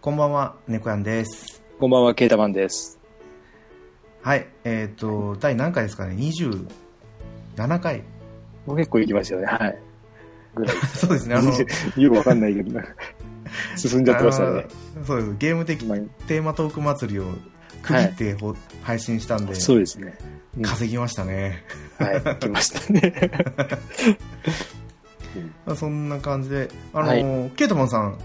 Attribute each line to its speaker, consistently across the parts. Speaker 1: こんばんは、猫やんです。
Speaker 2: こんばんは、ケータマンです。
Speaker 1: はい、えっ、と、第何回ですかね ?27 回。
Speaker 2: もう結構行きましたよね。はい。ぐらい。
Speaker 1: そうですね、あの、
Speaker 2: よくわかんないけど、なんか進んじゃってましたね。
Speaker 1: あのそうです。ゲーム的
Speaker 2: ま
Speaker 1: テーマトーク祭りを区切ってほ、配信したんで
Speaker 2: あ、そうですね。うん
Speaker 1: 稼ぎましたね。
Speaker 2: はい、来ましたね。
Speaker 1: まあそんな感じで、あの、
Speaker 2: はい
Speaker 1: ケータマンさん、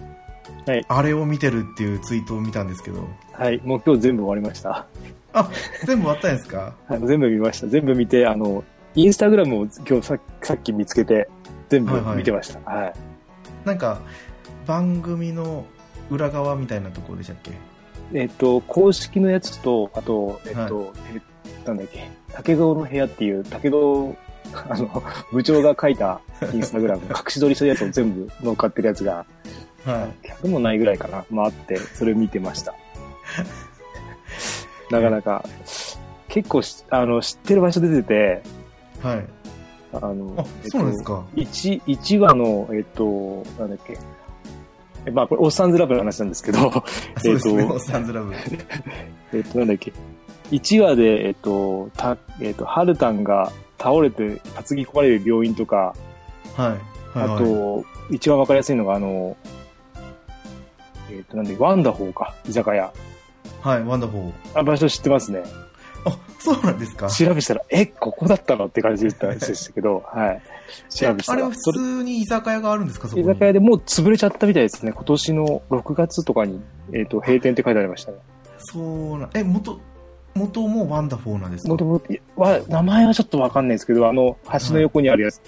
Speaker 2: はい
Speaker 1: あれを見てるっていうツイートを見たんです けど、
Speaker 2: はい、もう今日全部終わりました。
Speaker 1: あ、全部終わったんですか
Speaker 2: はい、全部見ました。全部見て、あの、インスタグラムを今日ささっき見つけて、全部見てました。はい、
Speaker 1: なんか、番組の裏側みたいなところでしたっけ
Speaker 2: えっと、公式のやつと、あと、えっと、えなんだっけ、竹蔵の部屋っていう、竹蔵、あの、部長が書いたインスタグラム、隠し撮りしたやつを全部乗っかってるやつが、
Speaker 1: はい。
Speaker 2: 100もないぐらいかな、まああって、それ見てま した。なかなか、結構しあの、知ってる場所出てて、
Speaker 1: はい。
Speaker 2: あの、
Speaker 1: あ、そうなんですか。
Speaker 2: 1, 1話の、えっと、なんだっけ、えまあこれ、オッサンズラブの話なんですけど、
Speaker 1: あそうですね、
Speaker 2: えっと
Speaker 1: オッサンズラブ。は
Speaker 2: えっと、なんだっけ、1話で、えっと、た、えっと、ハルタンが倒れて担ぎ込まれる病院とか、
Speaker 1: い。はい、
Speaker 2: あ
Speaker 1: はい。
Speaker 2: と、一番わかりやすいのが、あの、えっと、なんだっけ、ワンダホーか、居酒屋。
Speaker 1: はい、ワンダフォー。
Speaker 2: あ、場所知ってますね。
Speaker 1: あ、そうなんですか。
Speaker 2: 調べしたら、え、ここだったのって感じでしたでしたけ ど、はい。調べし
Speaker 1: あ
Speaker 2: た
Speaker 1: れ
Speaker 2: ら
Speaker 1: は、普通に居酒屋があるんですか、そこ
Speaker 2: それ
Speaker 1: に。
Speaker 2: 居酒屋でもう潰れちゃったみたいですね。今年の6月とかに、えっ、と、閉店って書いてありましたね。
Speaker 1: そうな、え、元、元もワンダフォーなんですか
Speaker 2: もともと、わ名前はちょっとわかんないですけど、あの、橋の横にあるやつ、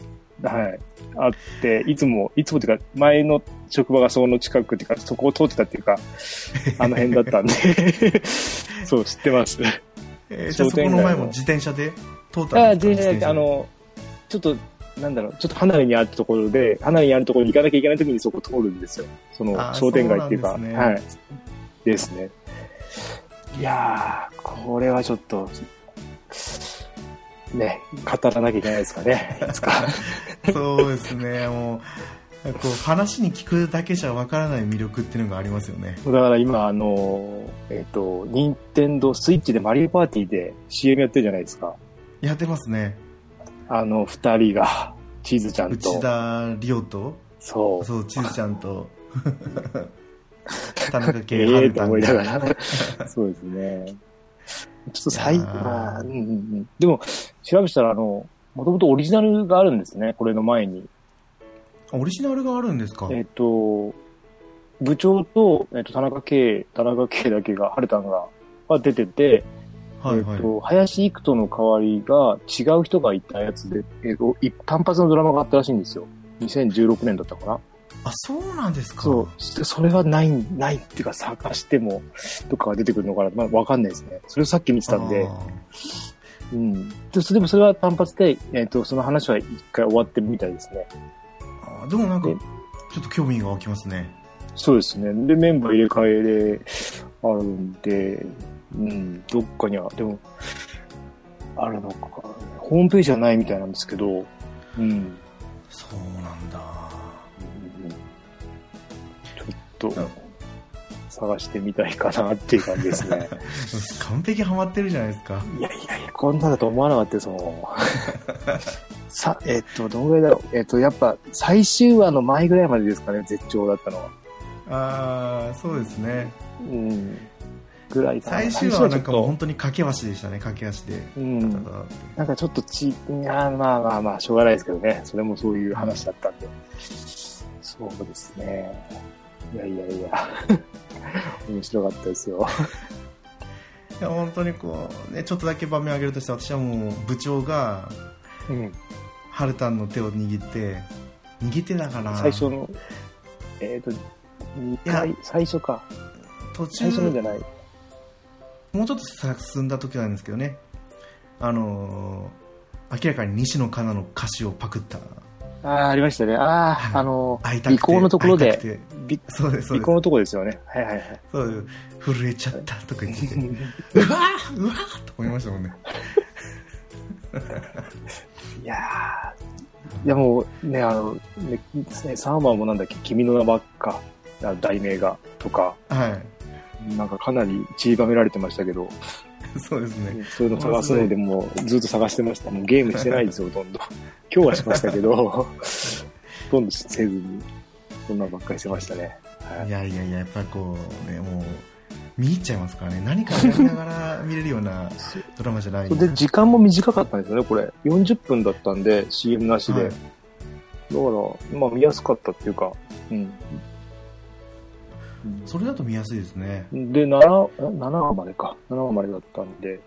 Speaker 2: はい、あって、いつも、いつもっていうか、前の職場がその近くっていうか、そこを通ってたっていうか、あの辺だったんで、 そう、知ってます。
Speaker 1: えーじゃあ
Speaker 2: 商
Speaker 1: そこ
Speaker 2: 店街
Speaker 1: の
Speaker 2: の
Speaker 1: 前も自転車で通った
Speaker 2: あ、
Speaker 1: んですか
Speaker 2: で、あ、の、ちょっと、なんだろう、ちょっと離れにあるところで、離れにあるところに行かなきゃいけないときにそこ通るんですよ。そ
Speaker 1: あ
Speaker 2: の商店街っていう
Speaker 1: そ
Speaker 2: か、
Speaker 1: うなんですね
Speaker 2: はい。ですね。いやー、これはちょっと、ね、語らなきゃいけないですかね。 いつか。
Speaker 1: 自転車でそうですね、もう、こう、話に聞くだけじゃわからない魅力っていうのがありますよね。
Speaker 2: だから今、あの、えっ、と、任天堂スイッチでマリオパーティーで CM やってるじゃないですか。
Speaker 1: やってますね。
Speaker 2: あの、二人が、チーズちゃんと
Speaker 1: 内、田理央と、
Speaker 2: そう、
Speaker 1: そう、ちずちゃん と、田中
Speaker 2: え
Speaker 1: 圭
Speaker 2: え
Speaker 1: 春
Speaker 2: と
Speaker 1: 太
Speaker 2: 思いながら。そうですね。ちょっと最、
Speaker 1: いやー
Speaker 2: まあ、うんうんうん。でも、調べたら、あの、もともとオリジナルがあるんですね、これの前に。
Speaker 1: オリジナルがあるんですか
Speaker 2: えっ、と、部長と、えっ、と、田中圭、田中圭だけが、春田が、は出てて、
Speaker 1: はい
Speaker 2: え
Speaker 1: は
Speaker 2: っ
Speaker 1: い。
Speaker 2: と、林幾人の代わりが違う人がいたやつで、えっ、と、一単発のドラマがあったらしいんですよ。2016年だったかな。
Speaker 1: あ、そうなんですか
Speaker 2: そう。してそれはない、ないっていうか、探しても、とかが出てくるのかな。まあ、わかんないですね。それをさっき見てたんで
Speaker 1: あ。ー
Speaker 2: うん。でそでもそれは単発で、えっ、と、その話は一回終わってるみたいですね。
Speaker 1: あーでもなんか
Speaker 2: え
Speaker 1: ちょっと興味が湧きますね
Speaker 2: そうですね。で、メンバー入れ替えであるんで、うん、どっかには、でも、あるのか。ホームページはないみたいなんですけど、うん。
Speaker 1: そうなんだ
Speaker 2: ちょっと、探してみたいかなっていう感じですね。
Speaker 1: 完璧ハマってるじゃないですか
Speaker 2: いやいやいや、こんなだと思わなかったです もん。さ、えっと、どんぐらいだろう。えっと、やっぱ、最終話の前ぐらいまでですかね、絶頂だったのは。
Speaker 1: ああそうですね
Speaker 2: うん。ぐらいかな
Speaker 1: 最終話はなんかもう
Speaker 2: 最終
Speaker 1: 本当に駆け足でしたね駆け足で
Speaker 2: ちょっとうん。
Speaker 1: だって
Speaker 2: なんかちょっとち、いやーまあまあまあ、しょうがないですけどね。それもそういう話だったんで。そうですね。いやいやいや。面白かったですよ。
Speaker 1: いや本当にこう、ね、ちょっとだけ場面を上げるとして私はもう部長が
Speaker 2: うん。
Speaker 1: ハルタンの手を握って握ってだから
Speaker 2: 最初の、えっ、と、二回、最初か。
Speaker 1: 途
Speaker 2: 最
Speaker 1: 中
Speaker 2: 初のじゃない。
Speaker 1: もうちょっと進んだ時なんですけどねあのー明らかに西野カナの歌詞をパクった
Speaker 2: ああ、ありましたね。あ
Speaker 1: はい
Speaker 2: あ、あの、
Speaker 1: 会いたくて
Speaker 2: 尾行のところ
Speaker 1: 会いたく
Speaker 2: で、
Speaker 1: て
Speaker 2: び
Speaker 1: そうですそうで
Speaker 2: 尾
Speaker 1: す
Speaker 2: 行のところですよね。はい はいはい。
Speaker 1: そうです震えちゃったとか言 っててうわーうわーと思いましたもんね
Speaker 2: いやーいやもうね、あの、ね、3話もなんだっけ、君の名ばっか。あ題名がとか、
Speaker 1: は
Speaker 2: なんかかなり散りばめられてましたけど、
Speaker 1: い。そうですね。
Speaker 2: そういうの探すのでもうずっと探してました。もうゲームしてない ですよ、ほとんど。今日はしましたけど、 ほとんどせずに、そんなのばっかりしてましたね。はい
Speaker 1: やいやいや、やっぱりこうね、もう、見入っちゃいますからね。何かをやりながら見れるようなドラマじゃない
Speaker 2: い、で、時間も短かったんですよね、これ。40分だったんで、CM なしで。
Speaker 1: はい
Speaker 2: だから、まあ見やすかったっていうか、うん。
Speaker 1: それだと見やすいですね。
Speaker 2: で、7、7話までか。7話までだったんで、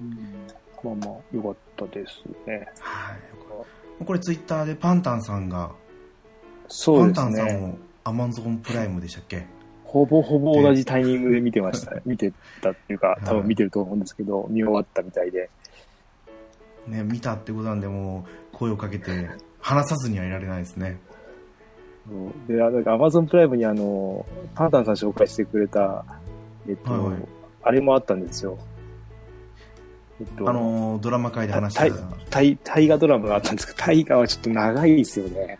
Speaker 2: うん、まあまあ、良かったですね。
Speaker 1: はい。これツイッターでパンタンさんが、
Speaker 2: そ
Speaker 1: パ
Speaker 2: う
Speaker 1: ン
Speaker 2: で
Speaker 1: タ
Speaker 2: す
Speaker 1: ンさん
Speaker 2: ね。
Speaker 1: をアマゾンプライムでしたっけ
Speaker 2: ほぼほぼ同じタイミングで見てましたね。見てたっていうか
Speaker 1: い、
Speaker 2: 多分見てると思うんですけど、見終わったみたいで。
Speaker 1: ね、見たってことなんで、もう声をかけて、話さずにはいられないですね。
Speaker 2: そうで、あなんか Amazon プライムにあの、パンタンさん紹介してくれた、えっと、
Speaker 1: はいはい
Speaker 2: あれもあったんですよ。えっと、
Speaker 1: あのー、ドラマ界で話してた。
Speaker 2: 大大河ドラマがあったんですけど、大河はちょっと長いですよね。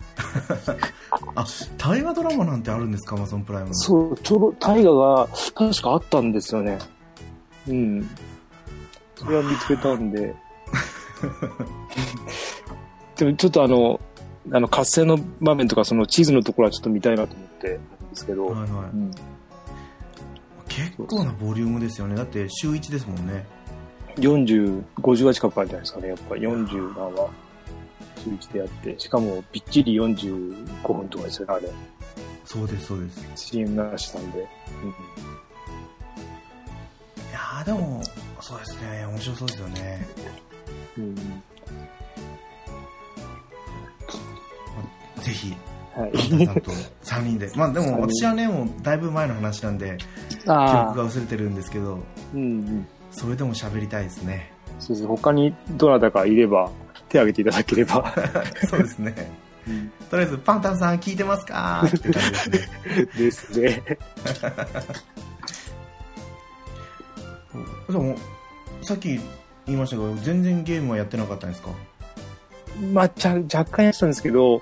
Speaker 1: あ、大河ドラマなんてあるんですか、アマゾンプライム。う。
Speaker 2: そう、ちょうど大河が確かあったんですよね。うん。それは見つけたんで。 でもちょっとあの、あの、活性の場面とか、その地図のところはちょっと見たいなと思ってるんですけど、
Speaker 1: はいは
Speaker 2: う
Speaker 1: い。
Speaker 2: ん
Speaker 1: 結構なボリュームですよね。だって週1ですもんね。
Speaker 2: 40、50話近くあるんじゃないですかね、やっぱり40何話、週1でやって、しかもびっちり45分とかですよね、あれ。
Speaker 1: そうです、そうです。い
Speaker 2: CM なしなんで。うん
Speaker 1: やーでも、そうですね。面白そうですよね。ぜひ、
Speaker 2: はい
Speaker 1: パンタンさんと3人で。まあでも、私はね、もうだいぶ前の話なんで、記
Speaker 2: あ
Speaker 1: 憶が薄れてるんですけど、
Speaker 2: うんうん。
Speaker 1: それでも喋りたいですね。
Speaker 2: そうです。他にどなたかいれば、手を挙げていただければ。
Speaker 1: そうですね。とりあえず、パンタンさん聞いてますかって感じですね。
Speaker 2: ですね。
Speaker 1: でも、さっき言いましたけど、全然ゲームはやってなかったんですか
Speaker 2: まあ、ちゃ若干やってたんですけど、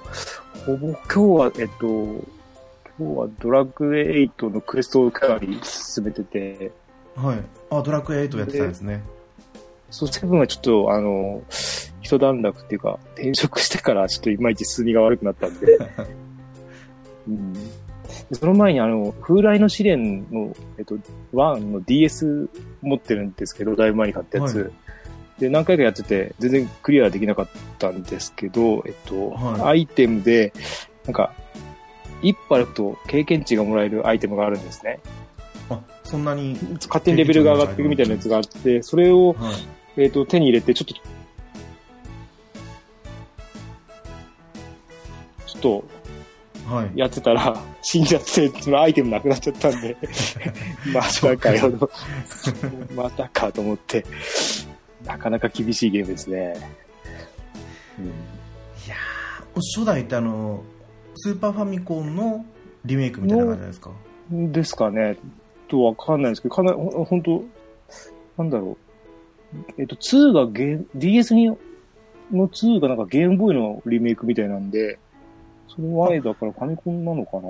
Speaker 2: ほぼ今日は、えっと、今日はドラクエ8のクエストをかなり進めてて、
Speaker 1: はい。あ、ドラクエ8やってたんですね。
Speaker 2: そう、セブンはちょっと、あの、一段落っていうか、転職してからちょっといまいち進みが悪くなったん で。うん、でその前に、あの、風来の試練の、えっと、1の DS 持ってるんですけど、だいぶ前に買ったやつ。
Speaker 1: はい
Speaker 2: で、何回かやってて、全然クリアできなかったんですけど、えっと、
Speaker 1: は
Speaker 2: アイテムで、なんか、一歩歩くと経験値がもらえるアイテムがあるんですね。
Speaker 1: あ、そんなに。
Speaker 2: 勝手にレベルが上がっていくみたいなやつがあって、それを、
Speaker 1: はい。
Speaker 2: えっ、と、手に入れて、ちょっと、ちょっと、
Speaker 1: はい。
Speaker 2: やってたら、 死んじゃって、そのアイテムなくなっちゃったんで、 またかよ、またかと思って、なかなか厳しいゲームですね。
Speaker 1: いやー初代ってあの、スーパーファミコンのリメイクみたいな感じですか
Speaker 2: うん、ですかね。とわかんないですけど、かなり、ほほんと、なんだろう。えっ、と、2がゲーム、DS に、の2がなんかゲームボーイのリメイクみたいなんで、その前だからファミコンなのかな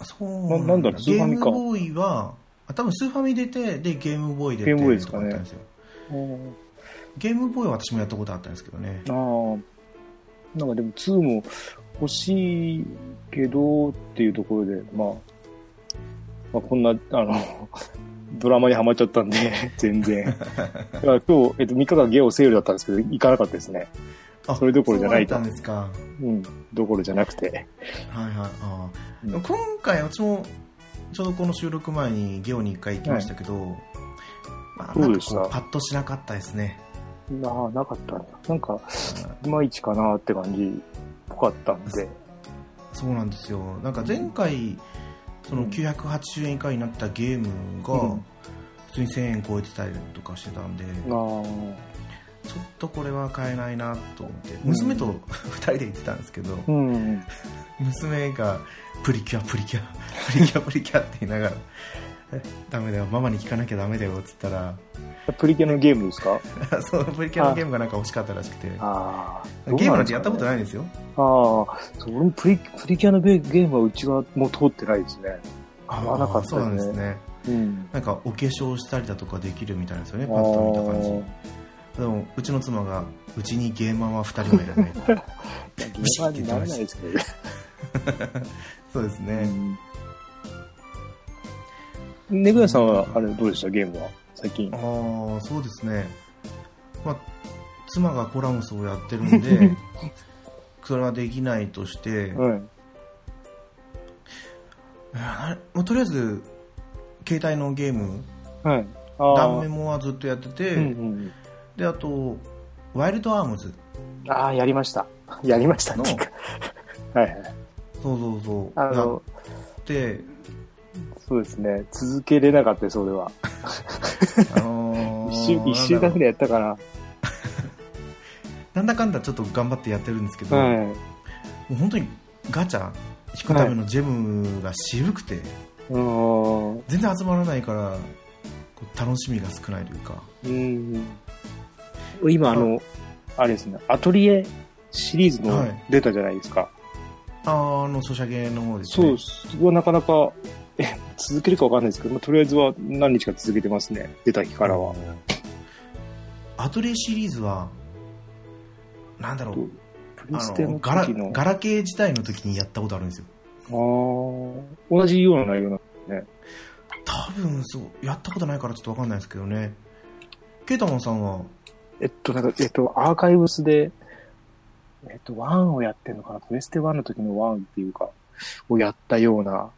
Speaker 1: あそう
Speaker 2: ななんだろうスー
Speaker 1: ゲ
Speaker 2: フ
Speaker 1: ー
Speaker 2: ァミ
Speaker 1: ム
Speaker 2: か
Speaker 1: ボーイは、あ多分スーファミ出て、で、ゲームボーイ出て、
Speaker 2: ゲームボーイですかね
Speaker 1: とだったんですよゲームボーイは私もやったことあったんですけどね。
Speaker 2: ああ。なんかでも2も欲しいけどっていうところで、まあ、まあ、こんな、あの、 ドラマにハマっちゃったんで、全然。だから今日、えっと、3日間ゲオセールだったんですけど、行かなかったですね。
Speaker 1: あ、
Speaker 2: それどころじゃないと
Speaker 1: そうだったんですか。
Speaker 2: うん。どころじゃなくて。
Speaker 1: はいはいあー
Speaker 2: うん
Speaker 1: 今回私もちょうどこの収録前にゲオに1回行きましたけど、まあ、
Speaker 2: ど
Speaker 1: な
Speaker 2: うんで
Speaker 1: か
Speaker 2: した
Speaker 1: こうパッとしなかったですね
Speaker 2: なあ、なかったな。なんか、いまいちかなって感じっぽかったんで。
Speaker 1: そうなんですよなんか前回その980円以下になったゲーム
Speaker 2: う
Speaker 1: が
Speaker 2: ん
Speaker 1: 普通に1000円超えてたりとかしてたんで、
Speaker 2: なあ。
Speaker 1: ちょっとこれは買えないなと思って娘と 2人で行ってたんですけど、
Speaker 2: うん。
Speaker 1: 娘がプリキュアプリキュアプリキュアプリキュアって言いながらダメだよママに聞かなきゃダメだよっつったら
Speaker 2: プリケのゲームですか
Speaker 1: そうプリキュアのゲームがなんか欲しかったらしくて
Speaker 2: ああ。
Speaker 1: ゲームなんてやったこと
Speaker 2: い。
Speaker 1: ないんですよ
Speaker 2: ああ。そう俺もプリプリキュアのゲームはうちはもう通ってないですね。
Speaker 1: あ
Speaker 2: 合わなかった
Speaker 1: ーそうなんですね
Speaker 2: うん。
Speaker 1: なんかお化粧したりだとかできるみたいなんですよね
Speaker 2: あ
Speaker 1: パッと見た感じ
Speaker 2: ー
Speaker 1: でもうちの妻がうちにゲーマーは2人はいらない
Speaker 2: ゲーマーにならないですけどね。
Speaker 1: そうですね、
Speaker 2: うんねぐやさんは、あれ、どうでしたゲームは最近。
Speaker 1: ああそうですねまあ妻がコラムスをやってるん でそれはできないとして、
Speaker 2: はい。
Speaker 1: あれもうとりあえず携帯のゲーム
Speaker 2: はい。あ
Speaker 1: 断
Speaker 2: ー
Speaker 1: 面もはずっとやってて、
Speaker 2: うんうん
Speaker 1: であとワイルドアームズ
Speaker 2: うん。ああ、やりました。 やりましたっていうか。 はいはい。
Speaker 1: そうそうそう
Speaker 2: あ
Speaker 1: やっ
Speaker 2: の、
Speaker 1: て
Speaker 2: そうですね。続けれなかったです、俺は。
Speaker 1: あのー
Speaker 2: 一週、一週間くらいやったか
Speaker 1: なんだかんだちょっと頑張ってやってるんですけど、
Speaker 2: な。はい。
Speaker 1: もう本当にガチャ引くためのジェムが渋くて、
Speaker 2: うーん。う
Speaker 1: 全然集まらないからこう楽しみが少ないというか
Speaker 2: ん。今、あの、あれですね、アトリエシリーズの
Speaker 1: はい
Speaker 2: 出たじゃないですか。
Speaker 1: あーあのソシャゲの方です
Speaker 2: そ
Speaker 1: ね
Speaker 2: う、そこはなかなか、え、続けるかわかんないですけど、まあとりあえずは何日か続けてますね。出た日からは。
Speaker 1: アトリエシリーズはなんだろう
Speaker 2: プ
Speaker 1: あ
Speaker 2: レステ
Speaker 1: の
Speaker 2: の
Speaker 1: ガラ
Speaker 2: 時の。
Speaker 1: ガラケー自体の時にやったことあるんですよ
Speaker 2: あー同じような内容な。
Speaker 1: 多分そうやったことないからちょっとわかんないですけどねケータマンさんは
Speaker 2: えっと、なんか、えっと、アーカイブスで、えっと、1をやってるのかなプレステ1の時の1っていうか、をやったような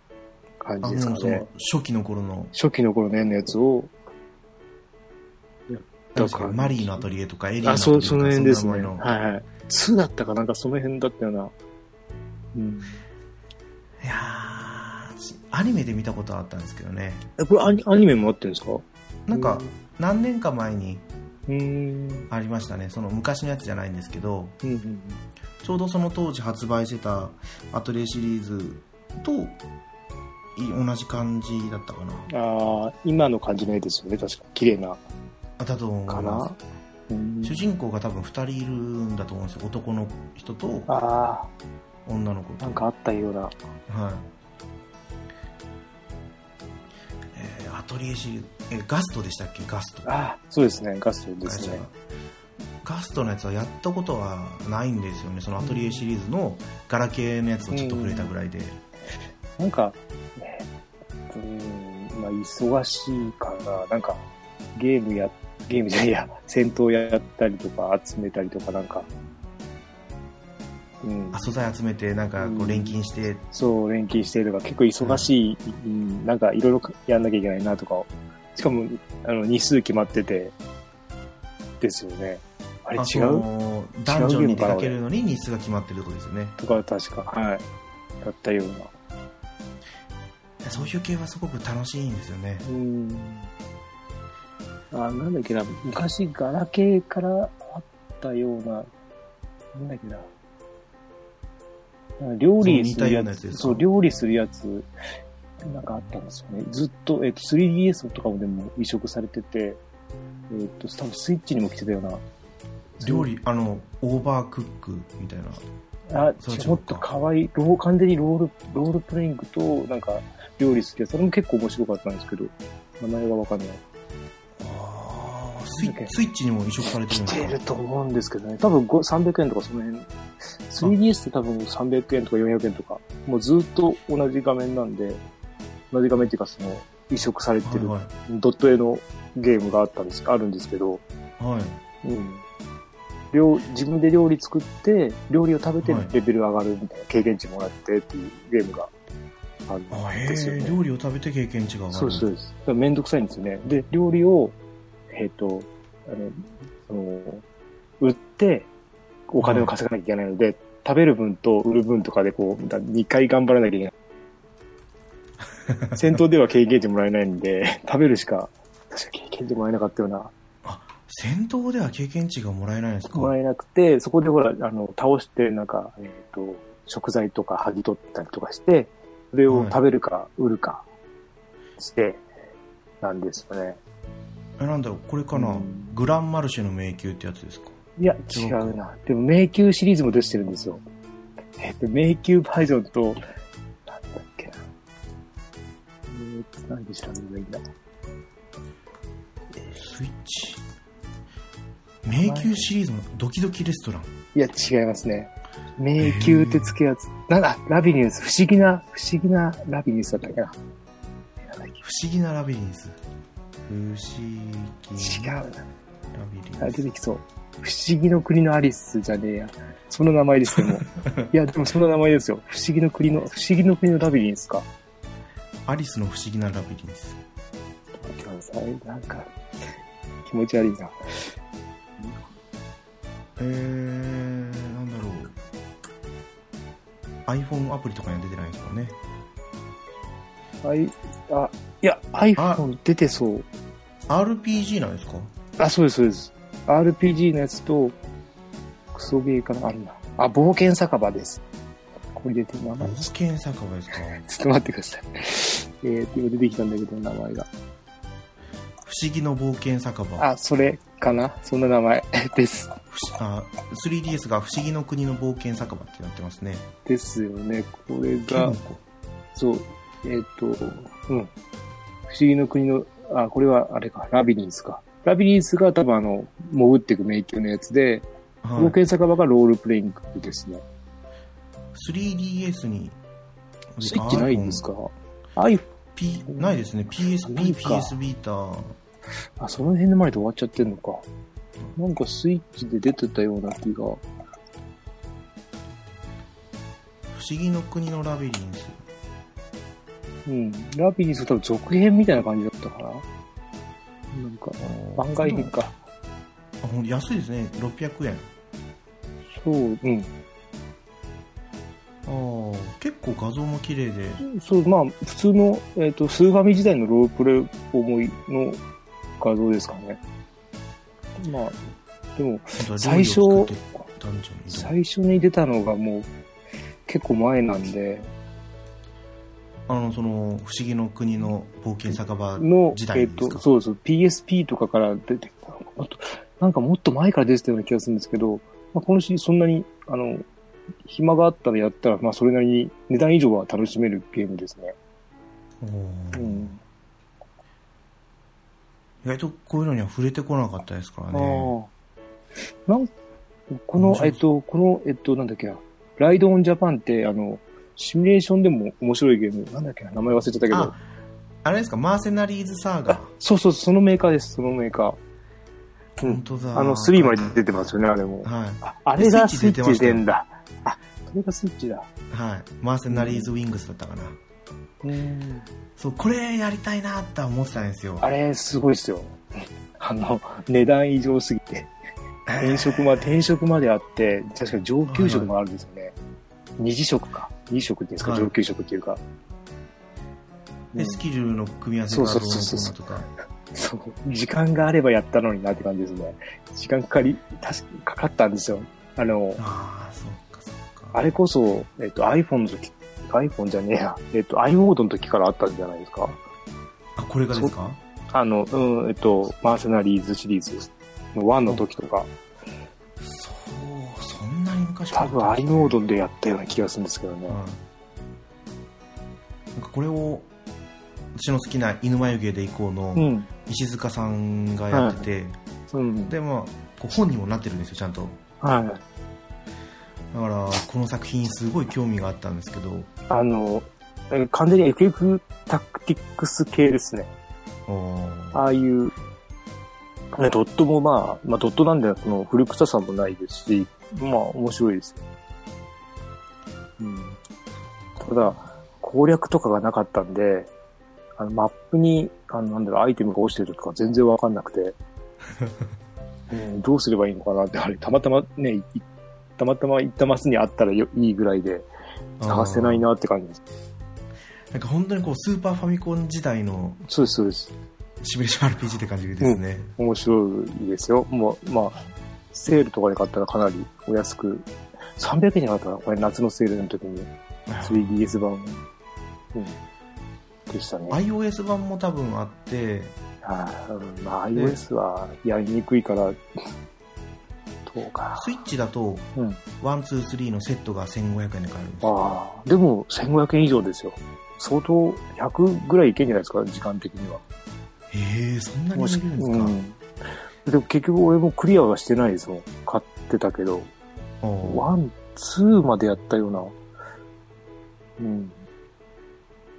Speaker 2: 感
Speaker 1: あ
Speaker 2: じ
Speaker 1: の
Speaker 2: ですか
Speaker 1: そ
Speaker 2: ね
Speaker 1: の。初期の頃の
Speaker 2: 初期の頃の絵のやつを、
Speaker 1: なんですかマリーのアトリエとかエリーのア
Speaker 2: あ、
Speaker 1: トリ
Speaker 2: そ
Speaker 1: エとか
Speaker 2: う、その辺ですね。
Speaker 1: そんな名前の
Speaker 2: はいはい。2だったかなんかその辺だったような。うん。
Speaker 1: いやーしアニメで見たことはあったんですけどね
Speaker 2: え、これアニアニメもあってるんですか
Speaker 1: なんか何年か前に
Speaker 2: うん。うん。
Speaker 1: ありましたねその昔のやつじゃないんですけど
Speaker 2: うんうん。
Speaker 1: ちょうどその当時発売してたアトリエシリーズとい同じ感じだったかな
Speaker 2: ああ、今の感じの絵ですよね。確か。綺麗な。
Speaker 1: あだと思い
Speaker 2: か
Speaker 1: ま
Speaker 2: な
Speaker 1: す。
Speaker 2: うん
Speaker 1: 主人公が多分2人いるんだと思うんですよ男の人と
Speaker 2: あ
Speaker 1: 女の子
Speaker 2: あ、
Speaker 1: と
Speaker 2: なんかあったような。
Speaker 1: はいえーアトリエシリーズえガストでしたっけガスト
Speaker 2: ああ、そうですね。ガストです
Speaker 1: 会社
Speaker 2: ね
Speaker 1: が。ガストのやつはやったことはないんですよねそのアトリエシリーズのガラケーのやつをちょっと触れたぐらいで、
Speaker 2: なんか、ね、うん、まあ、忙しいかな。なんか、ゲームや、ゲームじゃないや、 戦闘やったりとか、集めたりとか、なんか、うん
Speaker 1: あ、素材集めてなんかこ
Speaker 2: う
Speaker 1: うん錬金して、
Speaker 2: そう、連携してとか、結構忙しい、うん、なんか、いろいろやんなきゃいけないなとか、しかも、あの、日数決まってて、ですよね。あれ
Speaker 1: あ
Speaker 2: 違う
Speaker 1: のダンジョンに出かけるのに日数が決まってるとこですよね
Speaker 2: とか、確か、はい。だったような。
Speaker 1: そういう系はすごく楽しいんですよね
Speaker 2: うん。あ、なんだっけな、昔、ガラケーからあったような、なんだっけな。なんか
Speaker 1: そ
Speaker 2: 料理
Speaker 1: う似
Speaker 2: す
Speaker 1: た
Speaker 2: る
Speaker 1: よう
Speaker 2: や
Speaker 1: なや
Speaker 2: つ
Speaker 1: つですか
Speaker 2: そう、料理するやつ、なんかあったんですよね。ずっと、えっ、と、3DS とかもでも移植されてて、えっ、と、多分スイッチにも来てたような。
Speaker 1: 料理あのオーバークックみたいな
Speaker 2: あ、
Speaker 1: そう
Speaker 2: ちょっと可愛い、ロー完全にロール、ロールプレイングと、なんか、料理するやつ、それも結構面白かったんですけど、名前がわかんない。
Speaker 1: あースイ
Speaker 2: なんだっけ
Speaker 1: スイッチにも移植されてる
Speaker 2: 来
Speaker 1: んです
Speaker 2: て
Speaker 1: か
Speaker 2: ると思うんですけどね。多分ご300円とかその辺。3DS って多分300円とか400円とか。もうずっと同じ画面なんで、同じ画面っていうかその移植されてる
Speaker 1: はい
Speaker 2: ドット絵のゲームがあったんです、あるんですけど、
Speaker 1: はい、はい、
Speaker 2: うん。料自分で料理作って、料理を食べて
Speaker 1: はい
Speaker 2: レベル上がるみたいな、経験値もらってっていうゲームがあるん
Speaker 1: あへ
Speaker 2: ですよ
Speaker 1: え
Speaker 2: ね。
Speaker 1: 料理を食べて経験値が上がる
Speaker 2: そうですそうです。だからめんどくさいんですよね。で、料理を、えっ、と、あの、その、売って、お金を稼がなきゃいけないので、食べる分と売る分とかでこう、だ2回頑張らなきゃい けない。戦闘では経験値もらえないんで、食べるしか、確か経験値もらえなかったような。
Speaker 1: 戦闘では経験値がもらえないんですか
Speaker 2: もらえなくて、そこでほら、あの、倒して、なんか、えっ、と、食材とか剥ぎ取ったりとかして、それを食べるか売るかして、なんですよね。
Speaker 1: えなんだろうこれかな、
Speaker 2: うん
Speaker 1: グランマルシェの迷宮ってやつですか
Speaker 2: いや、違うな。でも、迷宮シリーズも出してるんですよ。えっと、迷宮バージョンと、なんだっけな。えっと、何で調べればいいんだ
Speaker 1: スイッチ迷宮シリーズのドキドキレストラン
Speaker 2: いや、違いますね。迷宮ってつくやつ。なんだ、ラビリンス。不思議な、不思議なラビリンスだったっけな。なんだっ
Speaker 1: 不思議なラビリンス不思
Speaker 2: け
Speaker 1: 議
Speaker 2: 違
Speaker 1: なラ
Speaker 2: うな。
Speaker 1: ビリン
Speaker 2: あ
Speaker 1: ス
Speaker 2: れ出てきそう。不思議の国のアリスじゃねえや。その名前ですけ ども。いや、でもその名前ですよ。不思議の国の、不思議の国のラビリンスか。
Speaker 1: アリスの不思議なラビリンス
Speaker 2: 待ってください。なんか、気持ち悪いな。
Speaker 1: えー、なんだろう iPhone アプリとかには出てないですもんね
Speaker 2: はい、あ、いや、iPhone 出てそう。
Speaker 1: RPG なんですか
Speaker 2: あ、そうです、そうです。RPG のやつと、クソゲーかな、あるな。あ、冒険酒場です。これ出てる名前。
Speaker 1: 冒
Speaker 2: ちょ
Speaker 1: 険酒場ですか
Speaker 2: っと待ってください。 えー、今出てきたんだけど、名前が。
Speaker 1: 不思議の冒険酒場
Speaker 2: あ、それかなそんな名前 です。
Speaker 1: ふしあ 3DS が「不思議の国の冒険酒場」ってなってますね
Speaker 2: ですよね。これ
Speaker 1: キ
Speaker 2: が
Speaker 1: ノ、コ
Speaker 2: そう、えーっ、と、うん。不思議の国の、あ、これはあれか、ラビリンスか。ラビリンスが多分あの、潜っていく迷宮のやつで、冒
Speaker 1: はい
Speaker 2: 険酒場がロールプレイングですね。
Speaker 1: 3DS に
Speaker 2: スイッチないんですか ?iPhone、
Speaker 1: P ないですね
Speaker 2: ない
Speaker 1: PSP、
Speaker 2: か
Speaker 1: PS ビーター
Speaker 2: あ、その辺の前で終わっちゃってんのか。なんかスイッチで出てたような気
Speaker 1: 不
Speaker 2: が。
Speaker 1: 思議の国のラビリンス
Speaker 2: うん。ラビリンス多分続編みたいな感じだったかな。なんか、番外編か。
Speaker 1: あほんと安いですね600円
Speaker 2: そう、うん。
Speaker 1: あー結構画像も綺麗で
Speaker 2: そう、まあ、普通の、えっ、と、スーファミ時代のロールプレイ思いの画像ですかね。まあ、でも、最初
Speaker 1: 料理を作ってダンジョンに挑む
Speaker 2: 最初に出たのがもう、結構前なんで、
Speaker 1: あのその不思議の国の冒険酒場
Speaker 2: の、
Speaker 1: 時
Speaker 2: え
Speaker 1: 代
Speaker 2: っ
Speaker 1: です
Speaker 2: と、
Speaker 1: か、
Speaker 2: そうそう、PSP とかから出てきたのかなあと、なんかもっと前から出てたような気がするんですけど、まあ、このシリーズそんなに、あの、暇があったらやったら、まあ、それなりに値段以上は楽しめるゲームですね。
Speaker 1: おー
Speaker 2: うん。
Speaker 1: 意外とこういうのには触れてこなかったですから
Speaker 2: あ
Speaker 1: ね
Speaker 2: あ。なんこの
Speaker 1: 面白、そう
Speaker 2: えっと、この、えっと、なんだっけな、ライドオンジャパンって、あの、シミュレーションでも面白いゲーム、なんだっけな、名前忘れちゃったけど
Speaker 1: あ、あれですかマーセナリーズサーガー
Speaker 2: そうそう、そのメーカーです、そのメーカー。う
Speaker 1: 本
Speaker 2: ん。
Speaker 1: 当だ
Speaker 2: あの、3まで出てますよね、あれも。
Speaker 1: はい
Speaker 2: ああれがスイッ
Speaker 1: スイッチ
Speaker 2: チ
Speaker 1: 出
Speaker 2: で
Speaker 1: てま
Speaker 2: んだ。あ、それがスイッチだ。
Speaker 1: はい、マーセナリーズ・ウィングスだったかな、
Speaker 2: うん。
Speaker 1: そうこれやりたいなって思ってたんですよ
Speaker 2: あれ、すごいですよ。 あの、値段異常すぎて。転職ま、転職まであって、確か上級職もあるんですよね。二次職か。二次職ですか、
Speaker 1: はい
Speaker 2: 上級職っていうか。う
Speaker 1: で
Speaker 2: ん
Speaker 1: スキルの組み合わせがどうのこうのとか
Speaker 2: そう。時間があればやったのになって感じですね。時間かかり、確かかかったんですよ。あの、
Speaker 1: ああそっかそっか
Speaker 2: あれこそ、えっと、iPhone の時、iPhone じゃねえや、えっと、iMode の時からあったんじゃないですか。
Speaker 1: あこれがですか
Speaker 2: あの、うん、えっと、マーセナリーズシリーズの1の時とか、
Speaker 1: そうそんなに昔か
Speaker 2: 多
Speaker 1: ら
Speaker 2: 分 i モードでやったような気がするんですけどね。
Speaker 1: はいなんかこれを私の好きな「犬眉毛で行こう」
Speaker 2: う
Speaker 1: の
Speaker 2: ん。
Speaker 1: 石塚さんがやってて、
Speaker 2: うん。
Speaker 1: でまあこう本にもなってるんですよちゃんと
Speaker 2: はい。
Speaker 1: だからこの作品すごい興味があったんですけど
Speaker 2: あの、え完全に FF タクティックス系ですね。
Speaker 1: おー
Speaker 2: ああいう、ね、ドットもまあ、まあドットなんで、その古臭さもないですし、まあ面白いです。うん。ただ、攻略とかがなかったんで、あの、マップに、あの、なんだろう、アイテムが落ちてるとか全然わかんなくて、うん、どうすればいいのかなって、あれ、たまたまね、いたまたま行ったマスにあったらよいいぐらいで、探せないなって感じです。
Speaker 1: なんか本当にこうスーパーファミコン時代の
Speaker 2: そうです、そうです。
Speaker 1: シミュレーション RPG って感じですね、
Speaker 2: 面白いですよ。もう、まあ、セールとかで買ったらかなりお安く、300円じゃなかったかなこれ夏のセールの時に 3DS 版。でしたね。
Speaker 1: iOS 版も多分あって
Speaker 2: あーうんまあ、iOS はやりにくいから、どうか。
Speaker 1: スイッチだと
Speaker 2: うん。
Speaker 1: 123のセットが1500円で買えるんですよ
Speaker 2: ああ、でも1500円以上ですよ。相当100ぐらいいけんじゃないですか、時間的には。
Speaker 1: へえそんなに見
Speaker 2: も
Speaker 1: れ
Speaker 2: し
Speaker 1: るんです
Speaker 2: う
Speaker 1: か、
Speaker 2: ん。でも結局俺もクリアはしてないですもん。買ってたけど。
Speaker 1: おー
Speaker 2: ワン、ツーまでやったような。うん。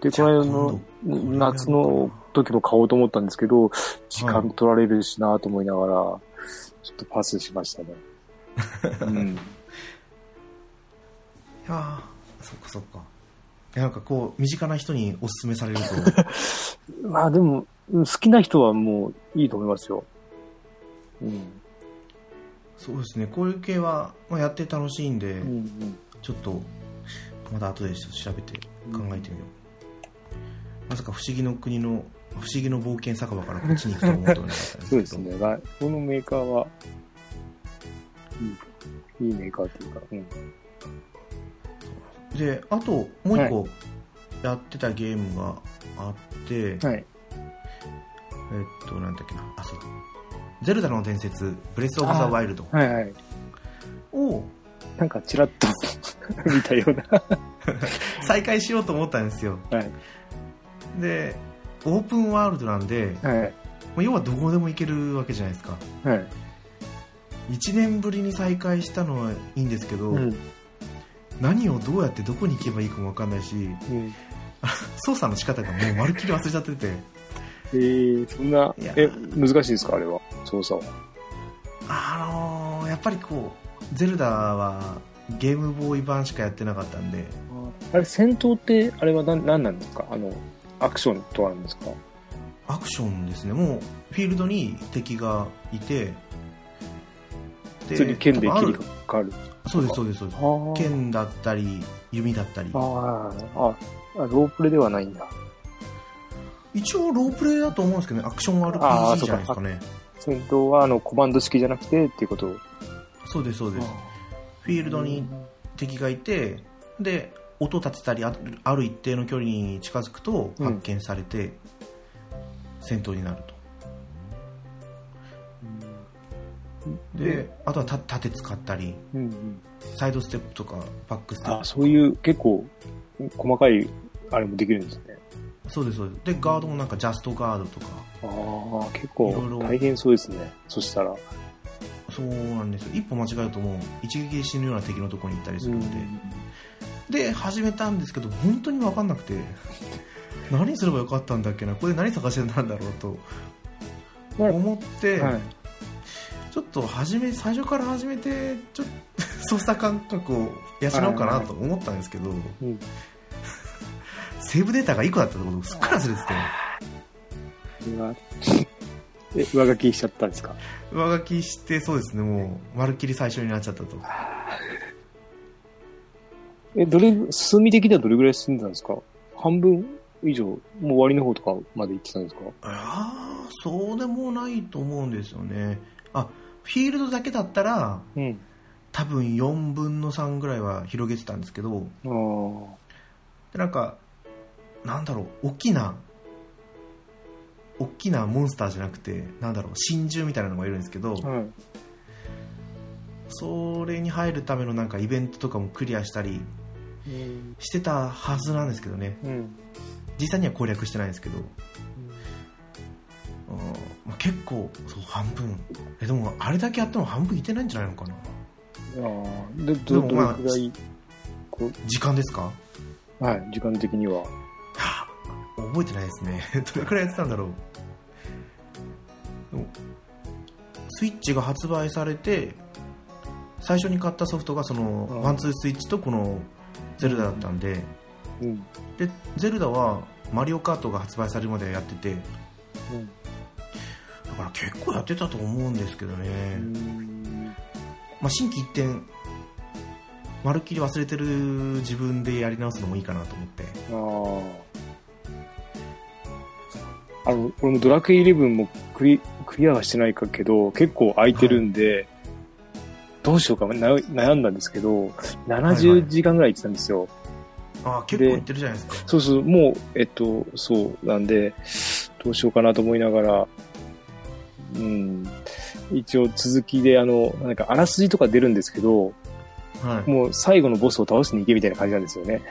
Speaker 2: で、こ
Speaker 1: じゃあ
Speaker 2: の間の
Speaker 1: 今度
Speaker 2: 夏の時も買おうと思ったんですけど、時間取られるしなと思いながら、ちょっとパスしましたね。 うん。
Speaker 1: いやーそっかそっかいやなんかこう身近な人におすすめされると
Speaker 2: まあでも、うん好きな人はもういいと思いますよ。うん。
Speaker 1: そうですねこういう系は、まあ、やって楽しいんで、
Speaker 2: うん
Speaker 1: ちょっとまだ後でちょっと調べて
Speaker 2: う
Speaker 1: 考
Speaker 2: ん
Speaker 1: えてみよう、まさか不思議の国の不思議の冒険酒場からこっちに行くとは思ってもいなかったんですけど
Speaker 2: そうですね。まあこのメーカーは、いい、いいメーカーというか、うん。
Speaker 1: であともう一個やってたゲームがあって、
Speaker 2: はい。
Speaker 1: えっとなんだっけなあそうだゼルダの伝説ブレス・オブ・ザ・ワイルド
Speaker 2: はいはい。
Speaker 1: を
Speaker 2: なんかチラッと 見たような。
Speaker 1: 再開しようと思ったんですよ
Speaker 2: はい。
Speaker 1: でオープンワールドなんで、
Speaker 2: はい。
Speaker 1: まあ要はどこでも行けるわけじゃないですか
Speaker 2: はい。
Speaker 1: 1年ぶりに再開したのはいいんですけど、
Speaker 2: うん。
Speaker 1: 何をどうやってどこに行けばいいかも分かんないし
Speaker 2: うん。
Speaker 1: 操作の仕方がもうまるっきり忘れちゃって て
Speaker 2: えー、そんな、
Speaker 1: いや
Speaker 2: え、難しいですかあれは。操作は。
Speaker 1: あのーやっぱりこうゼルダはゲームボーイ版しかやってなかったんで
Speaker 2: あれ、戦闘って、あれは何何なんですかあの、アクションとはなんですか
Speaker 1: アクションですねもうフィールドに敵がいて
Speaker 2: 普通に剣で
Speaker 1: 多分あ
Speaker 2: 切り
Speaker 1: る
Speaker 2: かかる。
Speaker 1: そうですそうですそうです
Speaker 2: あ剣
Speaker 1: 剣だったり弓だったり
Speaker 2: ああ、あ、ロープレではないんだ。
Speaker 1: 一応ロープレイだと思うんですけどねアクション
Speaker 2: あ
Speaker 1: RPG
Speaker 2: ーそ
Speaker 1: じ
Speaker 2: うか
Speaker 1: ゃないですかね
Speaker 2: 戦闘は、あの、コマンド式じゃなくてっていうこと
Speaker 1: そうですそうですフィールドに敵がいてで音立てたりあある一定の距離に近づくと
Speaker 2: うん
Speaker 1: 発見されて、戦闘になるとで、
Speaker 2: で、
Speaker 1: あとはた盾使ったり
Speaker 2: うんうん。
Speaker 1: サイドステップとかバックステッ
Speaker 2: あ、
Speaker 1: プ
Speaker 2: そういう結構、細かい、あれもできるんですね。
Speaker 1: そうですそうですでガードもなんかジャストガードとか
Speaker 2: ああ、結
Speaker 1: いろいろ
Speaker 2: 構大変そうですね。そしたら。
Speaker 1: そうなんですよ一歩間違えるともう一撃で死ぬような敵のところに行ったりするので、で始めたんですけど本当に分かんなくて何すればよかったんだっけなここで何探してたんだろうと
Speaker 2: まあ
Speaker 1: 思って、
Speaker 2: はい。
Speaker 1: ちょっと始め最初から始めてちょっと 操作感覚を養おうかなと思ったんですけど、
Speaker 2: うん
Speaker 1: セーブデータが1個だったってことをすっかり忘れてて
Speaker 2: それは え、上書きしちゃったんですか
Speaker 1: 上書きしてそうですねもうまるっきり最初になっちゃったと
Speaker 2: え、どれ、進み的にはどれぐらい進んでたんですか半分以上、もう終わりの方とかまで行ってたんですか
Speaker 1: ああそうでもないと思うんですよねあフィールドだけだったら
Speaker 2: うん。
Speaker 1: 多分4分の3ぐらいは広げてたんですけど
Speaker 2: ああ。
Speaker 1: でなんかなんだろう大きな大きなモンスターじゃなくてなんだろう真珠みたいなのがいるんですけど
Speaker 2: はい。
Speaker 1: それに入るためのなんかイベントとかもクリアしたり
Speaker 2: うん。
Speaker 1: してたはずなんですけどね
Speaker 2: うん。
Speaker 1: 実際には攻略してないんですけど、うんまあ、結構そう半分えでもあれだけやっても半分いてないんじゃないのかな
Speaker 2: ああ。で、ど、
Speaker 1: でも
Speaker 2: どれ
Speaker 1: まあ
Speaker 2: ぐらい、こ
Speaker 1: 時間ですか
Speaker 2: う、はい、時間的には。
Speaker 1: はあ覚えてないですね どれくらいやってたんだろうでもスイッチが発売されて最初に買ったソフトがその
Speaker 2: うん
Speaker 1: ワンツースイッチとこのゼルダだったんで
Speaker 2: うん。
Speaker 1: でゼルダはマリオカートが発売されるまでやっててだ
Speaker 2: うん。
Speaker 1: から結構やってたと思うんですけどね、まあ、心機一転まるっきり忘れてる自分でやり直すのもいいかなと思って
Speaker 2: ああ。あの、俺もドラクエイレブンもクリクリアはしてないかけど、結構空いてるんで、どうしようかな悩んだんですけど、
Speaker 1: はいはい
Speaker 2: 70時間ぐらい行ってたんですよ。
Speaker 1: あー結構行ってるじゃないですか。
Speaker 2: そうそう、もう、えっと、そうなんで、どうしようかなと思いながら、うん、一応続きで、あの、なんか、あらすじとか出るんですけど、
Speaker 1: はい。
Speaker 2: もう最後のボスを倒しに行けみたいな感じなんですよね。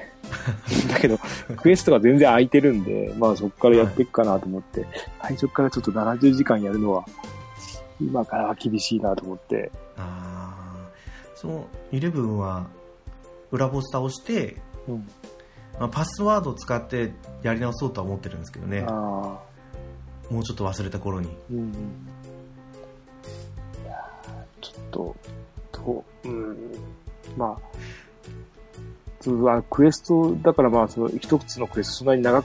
Speaker 2: だけど、クエストが全然空いてるんで、まあそこからやっていくかなと思って、最初からちょっと70時間やるのは、今からは厳しいなと思って、
Speaker 1: あーその11は裏ボス倒して、
Speaker 2: うん
Speaker 1: まあ、パスワードを使ってやり直そうとは思ってるんですけどね。
Speaker 2: ああ、
Speaker 1: もうちょっと忘れた頃に。
Speaker 2: うんうん。いやーちょっと、と、うん、まあ、そうあクエスト、だからまあ、その一つのクエストそんなに長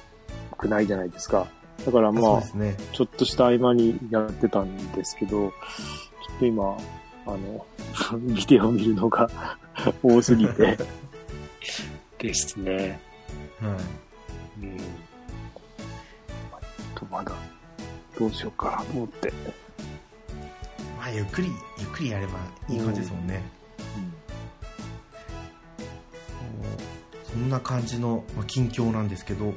Speaker 2: くないじゃないですか。だから
Speaker 1: そ
Speaker 2: ま
Speaker 1: う
Speaker 2: あ
Speaker 1: で、すね。
Speaker 2: ちょっとした合間にやってたんですけど、ちょっと今、あの、 ビデオ見るのが 多すぎて。ですね。
Speaker 1: はい。
Speaker 2: うん。とまだ、どうしようかなと思って。
Speaker 1: まあ、ゆっくり、ゆっくりやればいい感じですもんね。もうそんな感じの、まあ、近況なんですけど、
Speaker 2: はい。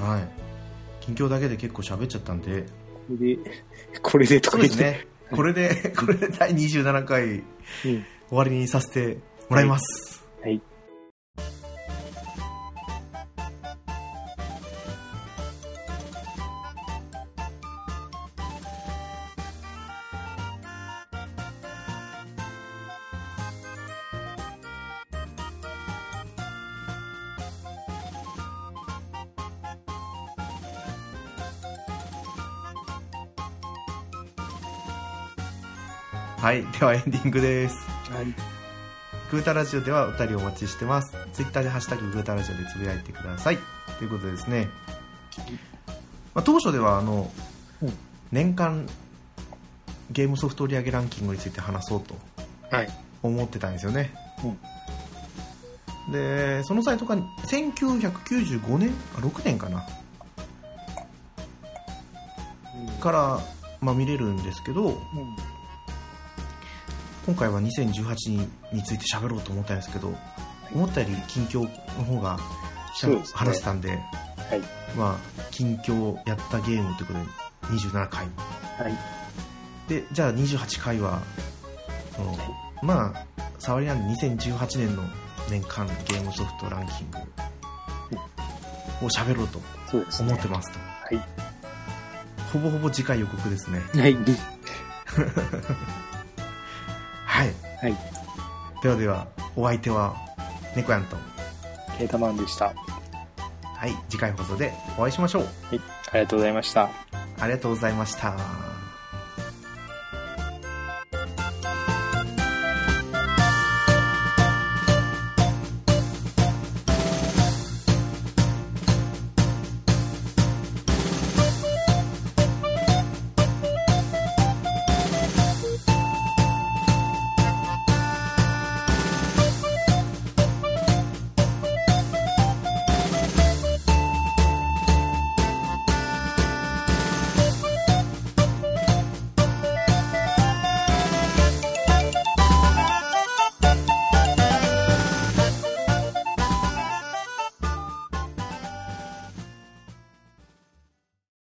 Speaker 1: はい。近況だけで結構喋っちゃったんで。
Speaker 2: これで、これでと
Speaker 1: そ
Speaker 2: か
Speaker 1: うで
Speaker 2: 言っ
Speaker 1: す
Speaker 2: て。
Speaker 1: ね。これで、これで第27回
Speaker 2: うん
Speaker 1: 終わりにさせてもらいます。
Speaker 2: はい。
Speaker 1: はい。ではエンディングです。
Speaker 2: はい。
Speaker 1: グータラジオではお便りお待ちしてます。ツイッターでハッシュタググータラジオでつぶやいてください。ということでですね。まあ、当初ではあの、
Speaker 2: うん
Speaker 1: 年間ゲームソフト売り上げランキングについて話そうと
Speaker 2: はい
Speaker 1: 思ってたんですよね。で、そのサイトが1995年あ、6年かなから、まあ、見れるんですけど、今回は2018について喋ろうと思ったんですけど、思ったより近況の方がしゃ
Speaker 2: そうですね
Speaker 1: 話せたんで、
Speaker 2: い
Speaker 1: まあ、近況やったゲームということで27回
Speaker 2: はい。
Speaker 1: でじゃあ28回はそのまあ触りなんで2018年の年間ゲームソフトランキングを喋ろうと
Speaker 2: そうですね。
Speaker 1: 思ってますと、
Speaker 2: はい
Speaker 1: ほぼほぼ次回予告ですね
Speaker 2: はい。
Speaker 1: はい、
Speaker 2: はい、
Speaker 1: ではではお相手は猫やんと
Speaker 2: ケータマンでした。は
Speaker 1: はい次回放送でお会いしましょう
Speaker 2: い。ありがとうございました。
Speaker 1: ありがとうございました